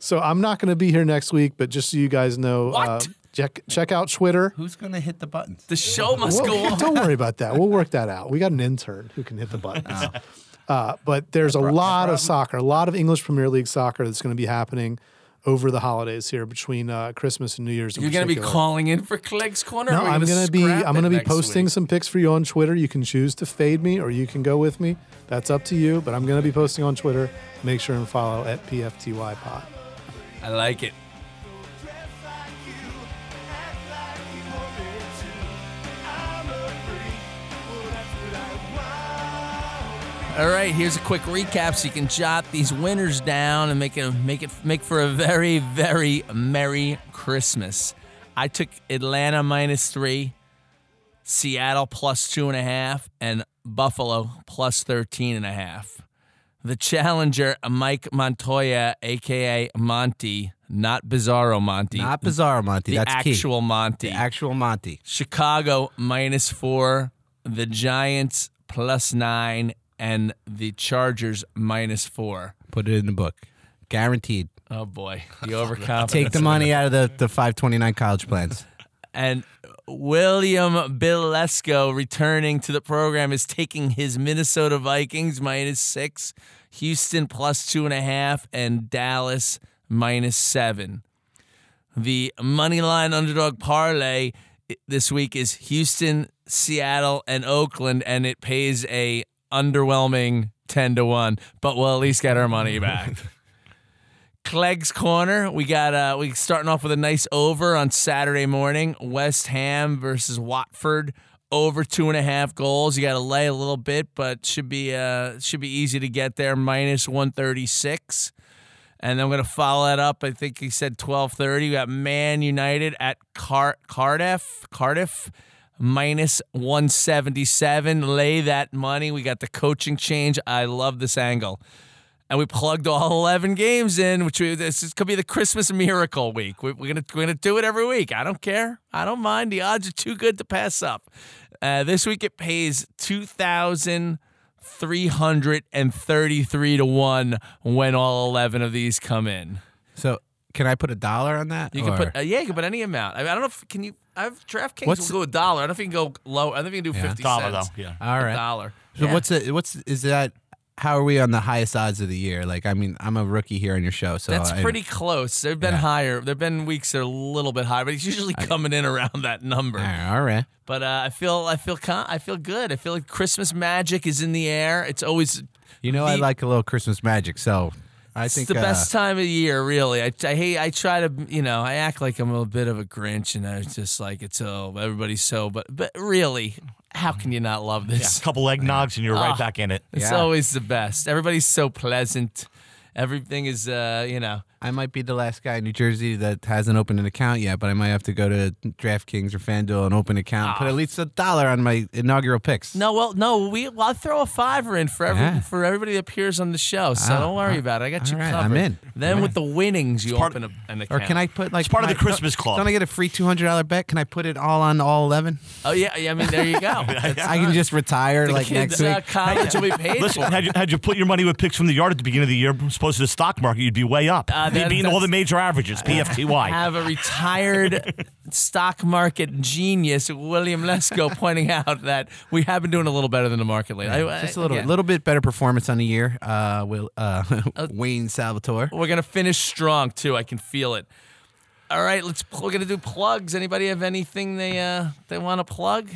E: So I'm not going to be here next week, but just so you guys know, Uh,
A: What?
E: check check out Twitter.
C: Who's gonna hit the buttons?
A: The show must
E: Well,
A: go on.
E: Don't worry about that. We'll work that out. We got an intern who can hit the buttons.
A: Oh.
E: Uh, but there's a lot of soccer, a lot of English Premier League soccer that's going to be happening over the holidays here between uh, Christmas and New Year's. in
A: You're going to be
E: particular.
A: calling in for Clegg's Corner.
E: No, I'm
A: going
E: gonna
A: to
E: be I'm gonna
A: going to
E: be posting some pics for you on Twitter. You can choose to fade me or you can go with me. That's up to you. But I'm going to be posting on Twitter. Make sure and follow at PFTY Pod.
A: I like it.
D: Dress like you, act like you want me to. I'm a freak, well that's what I want.
A: All right, here's a quick recap so you can jot these winners down and make it make it make for a very very merry Christmas. I took Atlanta minus 3. Seattle plus two and a half, and Buffalo plus 13 and a half. The challenger, Mike Montoya, aka Monty, not Bizarro Monty,
C: Not Bizarro Monty.
A: the
C: That's
A: actual Monty.
C: key. The actual Monty.
A: Chicago minus four, the Giants plus nine, and the Chargers minus four.
C: Put it in the book. Guaranteed.
A: Oh boy, the overconfidence.
C: Take the money out of the, the 529 college plans.
A: And William Bilesko returning to the program is taking his Minnesota Vikings minus six, Houston plus two and a half, and Dallas minus seven. The money line underdog parlay i- this week is Houston, Seattle, and Oakland, and it pays a underwhelming ten to one, but we'll at least get our money back. Clegg's corner. We got uh we starting off with a nice over on Saturday morning. West Ham versus Watford. Over two and a half goals. You got to lay a little bit, but should be uh should be easy to get there. Minus one thirty six. And I'm gonna follow that up. I think he said 12:30. We got Man United at Car- Cardiff. Cardiff minus 177. Lay that money. We got the coaching change. I love this angle. And we plugged all 11 games in, which we, this is, could be the Christmas miracle week. We, we're gonna we're gonna do it every week. I don't care. I don't mind. The odds are too good to pass up. Uh, this week it pays 2,000. 333 to 1 when all 11 of these come in.
C: So can I put a dollar on that?
A: You can
C: Or-
A: put uh, yeah, you can put any amount. I, mean, I don't know if can you I've DraftKings
C: What's-
A: will go a dollar. I don't know if you can go low. I don't know if you can do 50
B: Dollar
A: cents.
B: though. Yeah.
C: All
A: A
C: right.
A: dollar.
C: So
A: Yeah.
C: what's the what's is that? How are we on the highest odds of the year? Like, I mean, I'm a rookie here on your show, so
A: That's
C: I-
A: pretty close. There've been higher. There've been weeks that are a little bit higher, but it's usually coming in around that number.
C: All right, all right.
A: But uh, I feel I feel con- I feel good. I feel like Christmas magic is in the air. It's always
C: You know, I
A: The-
C: like a little Christmas magic, so I
A: It's
C: think
A: the
C: uh,
A: best time of year, really. I, I hate. I try to, you know, I act like I'm a bit of a Grinch, and I was just like, it's oh, everybody's so. But but really, how can you not love
B: Yeah,
A: this?
B: a couple eggnogs and you're
A: Ah.
B: right back in it.
A: It's
C: Yeah.
A: always the best. Everybody's so pleasant. Everything is, uh, you know,
C: I might be the last guy in New Jersey that hasn't opened an account yet, but I might have to go to DraftKings or FanDuel and open an account, and put at least a dollar on my inaugural picks.
A: Ah. no, well, no, we. Well, I'll throw a fiver in for every,
C: Yeah.
A: for everybody that appears on the show. So
C: Ah,
A: don't worry
C: ah,
A: about it. I got you
C: all right,
A: covered.
C: I'm in.
A: Then with the winnings, you
B: part-
A: open a, an
C: Or
A: account.
C: can I put like
B: It's part of
C: my-
B: the Christmas club.
C: Don't I get a free two hundred dollar bet? Can I put it all on all eleven?
A: Oh yeah, yeah. I mean, there you go. That's
C: I can just retire
A: the
C: like
A: kids'
C: next week.
A: uh, college will be paid
B: Listen,
A: for.
B: had you, had you put your money with picks from the yard at the beginning of the year, supposed to the stock market, you'd be way up.
A: Uh,
B: You'd be
A: that-
B: beating all the
A: that's-
B: major averages, PFTY.
A: have a retired stock market genius, William Lesko, pointing out that we have been doing a little better than the market lately. I- I-
C: Just a little,
A: yeah.
C: little bit better performance on the year. Uh, will uh,
A: Oh.
C: Wayne Salvatore.
A: We're gonna finish strong too. I can feel it. All right, let's. We're gonna do plugs. Anybody have anything they uh they want to plug?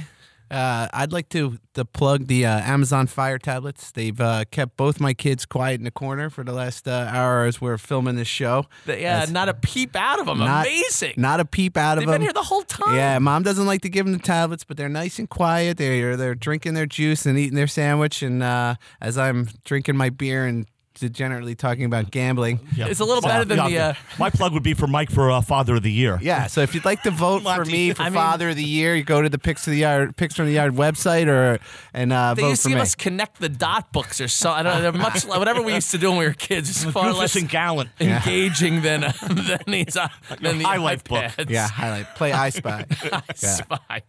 C: Uh, I'd like to, to plug the uh, Amazon Fire tablets. They've uh, kept both my kids quiet in the corner for the last uh, hour as we're filming this show.
A: They, uh, not a peep out of them.
C: Not-
A: Amazing.
C: Not a peep out
A: They've
C: of them.
A: been here the whole time.
C: yeah, mom doesn't like to give them the tablets, but they're nice and quiet. They're they're drinking their juice and eating their sandwich, and uh, as I'm drinking my beer and degenerately talking about gambling.
B: Yeah.
A: It's a little
B: Yeah,
A: better than
B: yeah.
A: the, uh,
B: My plug would be for Mike for uh, Father of the Year.
C: Yeah, so if you'd like to vote for me for
A: I mean-
C: Father of the Year, you go to the Picks of the Yard, Picks from the Yard website, or and uh,
A: They
C: vote
A: used to
C: for
A: give
C: me.
A: us connect the dot books or something. I don't know. They're much like whatever we used to do when we were kids. It's far
B: Rufus
A: less
B: and Gallant.
A: engaging than uh, than these uh, than the
B: highlight book.
A: iPads.
C: Yeah, highlight. Play I Spy. Yeah.
A: Spy.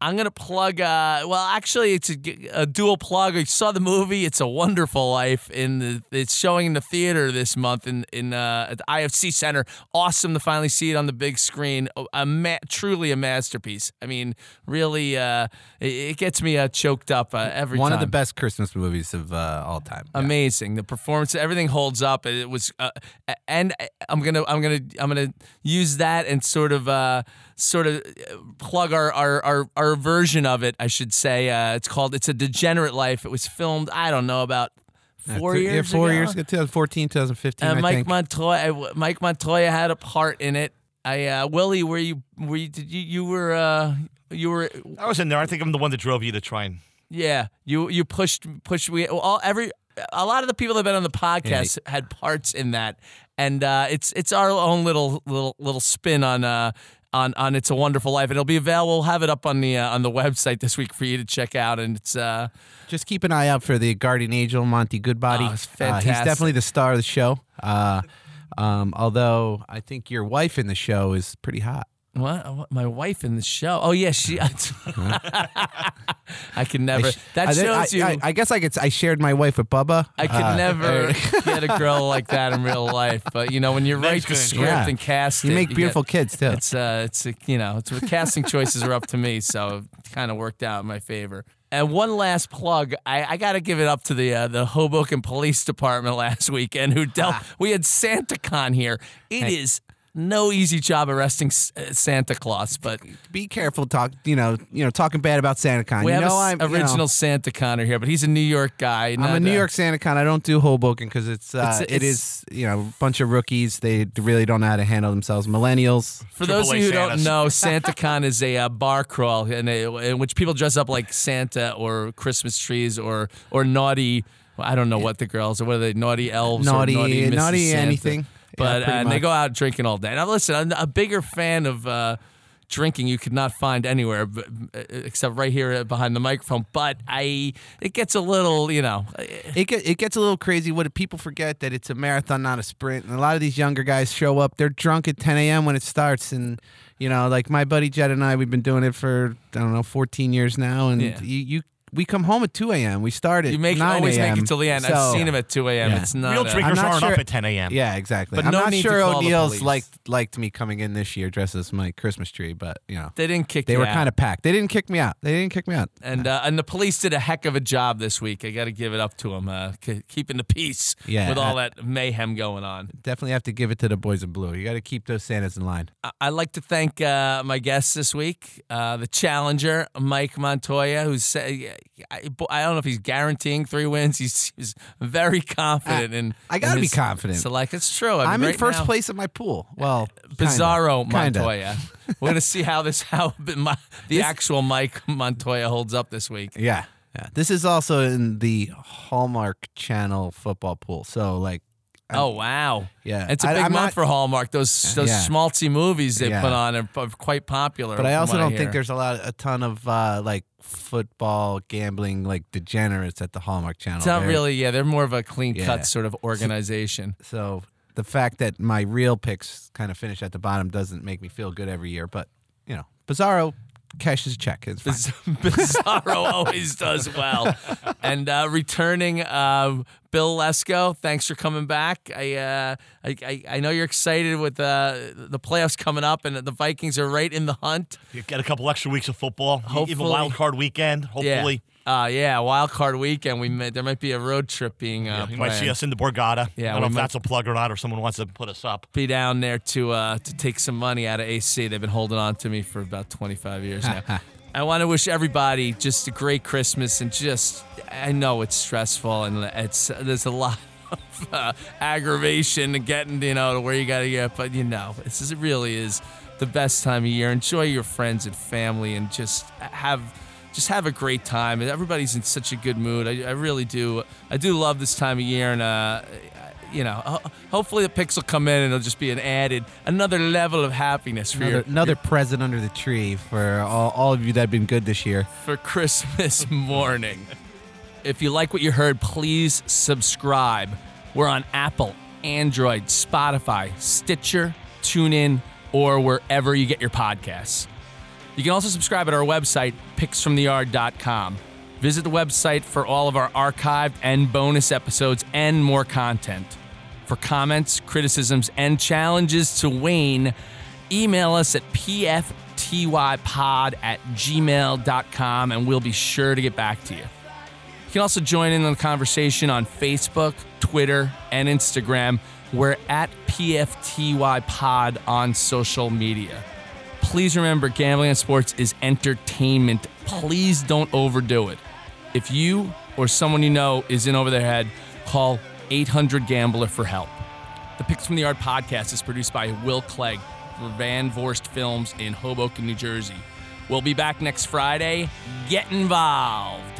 A: I'm gonna plug. Uh, well, actually, it's a, a dual plug. I saw the movie. It's a Wonderful Life. In the, it's showing in the theater this month in in uh, at the IFC Center. Awesome to finally see it on the big screen. A, a ma- truly a masterpiece. I mean, really, uh, it, it gets me uh, choked up uh, every
C: One
A: time.
C: of the best Christmas movies of uh, all time. Yeah.
A: Amazing. The performance, everything holds up. It was, uh, and I'm gonna, I'm gonna, I'm gonna use that and sort of, uh, sort of uh, plug our, our, our, our version of it. I should say. Uh, it's called. It's a degenerate life. It was filmed. I don't know about four
C: Th-
A: years.
C: Uh, yeah, four
A: ago?
C: years ago, 2014, 2015.
A: Uh,
C: I
A: Mike
C: think.
A: Montoya. Mike Montoya had a part in it. I uh, Willie, were you? Were you? Did you? You were. Uh, you were
B: I was in there. I think I'm the one that drove you to try and.
A: yeah, you you pushed pushed we all every a lot of the people that have been on the podcast had parts in that, and uh, it's it's our own little little little spin on uh, on on It's a Wonderful Life. It'll be available. We'll have it up on the uh, on the website this week for you to check out. And it's uh,
C: Just keep an eye out for the guardian angel, Monty Goodbody.
A: Oh, it's
C: Uh, he's
A: fantastic.
C: definitely the star of the show. Uh, um, although I think your wife in the show is pretty hot.
A: what, what- my wife in the show. Oh yeah, she. I can never.
C: sh-
A: that
C: I
A: shows
C: think- I,
A: you.
C: I, I guess I could. s- I shared my wife with Bubba.
A: I could
C: Uh,
A: never get a girl like that in real life, but you know when you write the
B: good.
A: script
C: Yeah.
A: and cast,
C: You
A: it,
C: make
A: get-
C: beautiful kids too.
A: It's uh, it's a, you know, it's the casting choices are up to me, so it kind of worked out in my favor. And one last plug, I, I got to give it up to the uh, the Hoboken Police Department last weekend, who
C: Ah.
A: dealt. We had SantaCon here. It is no easy job arresting S- uh, Santa Claus, but
C: Be careful, talk. You know, you know, talking bad about SantaCon.
A: we
C: you
A: have
C: know,
A: a s-
C: I'm you know,
A: original Santa Conner here, but he's a New York guy.
C: I'm
A: not
C: a New York SantaCon. I don't do Hoboken because it's, uh,
A: uh, It's-
C: it is you know a bunch of rookies. They really don't know how to handle themselves. Millennials.
A: For those of
B: AAA
A: you who don't
B: Santas.
A: know, SantaCon is a uh, bar crawl in, a, in which people dress up like Santa or Christmas trees or or naughty. well, I don't know what the girls are. What are they? Naughty elves?
C: Naughty-
A: or naughty, Mrs.
C: naughty
A: Santa.
C: anything. Yeah,
A: But uh,
C: pretty
A: and they
C: much.
A: go out drinking all day. Now listen, I'm a bigger fan of. Uh, Drinking you could not find anywhere b- uh, except right here uh, behind the microphone, but I it gets a little you know
C: It get, it gets a little crazy. What do people forget that it's a marathon, not a sprint? And a lot of these younger guys show up. They're drunk at 10 a.m. when it starts, and you know, like my buddy Jed and I, we've been doing it for I don't know 14 years now, and
A: Yeah.
C: you, you we come home at 2 a.m. We start at
A: you make
C: 9
A: always make
C: a.m..
A: it till the end.
C: So-
A: I've seen him at two a.m.
C: Yeah.
A: It's not
B: Real
A: a-
B: drinkers
C: not
B: aren't
C: sure-
B: up at 10 a.m.
C: Yeah, exactly.
A: But
C: I'm
A: no
C: not
A: need to
C: sure
A: call the
C: O'Neill's
A: police.
C: liked liked me coming in this year dressed as my Christmas tree, but you know
A: They didn't kick.
C: they
A: you
C: were
A: out.
C: kind of packed. They didn't kick me out. They didn't kick me out.
A: And uh, and the police did a heck of a job this week. I got to give it up to them, uh, k- keeping the peace
C: Yeah, uh,
A: with all that mayhem going on.
C: Definitely have to give it to the boys in blue. You got to keep those Santas in line.
A: I- I'd like to thank uh, my guests this week, uh, the challenger Mike Montoya, who's sa- I, I don't know if he's guaranteeing three wins. He's, he's very confident in.
C: I gotta
A: in
C: be
A: his
C: confident.
A: Select. It's true. I
C: I'm
A: mean,
C: in
A: right
C: first
A: now- Uh,
C: place at my pool. Well, kinda.
A: Bizarro
C: Kinda.
A: Montoya. We're gonna see how this how the the actual Mike Montoya holds up this week.
C: Yeah. yeah. This is also in the Hallmark Channel football pool. So like
A: Oh wow!
C: Yeah.
A: it's a
C: I-
A: big
C: I'm
A: month
C: not-
A: for Hallmark. Those those
C: Yeah.
A: schmaltzy movies they
C: Yeah.
A: put on are, are quite popular.
C: but I
A: from
C: also
A: what
C: don't think
A: hear.
C: there's a lot a ton of uh like football gambling like degenerates at the Hallmark Channel.
A: It's not
C: They're-
A: really. Yeah, they're more of a clean
C: Yeah.
A: cut sort of organization.
C: So the fact that my real picks kind of finish at the bottom doesn't make me feel good every year, but you know, Bizarro cashes a check. It's fine.
A: Biz- Bizarro always does well. And uh, returning, uh, Bill Lesko, thanks for coming back. I, uh, I, I I know you're excited with uh, the playoffs coming up, and the Vikings are right in the hunt.
B: You get a couple extra weeks of football. Even
A: Hopefully.
B: wild card weekend, hopefully.
A: Yeah. Uh, yeah, wild card weekend. We may, there might be a road trip being uh,
B: You might see
A: planned.
B: us in the Borgata.
A: Yeah, we
B: I don't know if
A: might-
B: that's a plug or not, or someone wants to put us up.
A: be down there to uh, to take some money out of AC. They've been holding on to me for about 25 years now. I want to wish everybody just a great Christmas and just I know it's stressful and it's there's a lot of uh, aggravation to getting you know to where you got to get, but you know this is, it really is the best time of year. Enjoy your friends and family and just have just have a great time. And Everybody's in such a good mood. I, I really do. I do love this time of year, and uh, you know, ho- hopefully the picks will come in and it'll just be an added another level of happiness for
C: Another,
A: your
C: another present under the tree for all, all of you that have been good this year.
A: for Christmas morning. if you like what you heard, please subscribe. We're on Apple, Android, Spotify, Stitcher, TuneIn, or wherever you get your podcasts. You can also subscribe at our website, picksfromtheyard.com. Visit the website for all of our archived and bonus episodes and more content. For comments, criticisms, and challenges to Wayne, email us at pftypod at gmail.com and we'll be sure to get back to you. You can also join in on the conversation on Facebook, Twitter, and Instagram. We're at PFTY Pod on social media. Please remember gambling and sports is entertainment. Please don't overdo it. If you or someone you know is in over their head, call 800 Gambler for help. The Picks from the Yard podcast is produced by Will Clegg for Van Vorst Films in Hoboken, New Jersey. We'll be back next Friday. Get involved.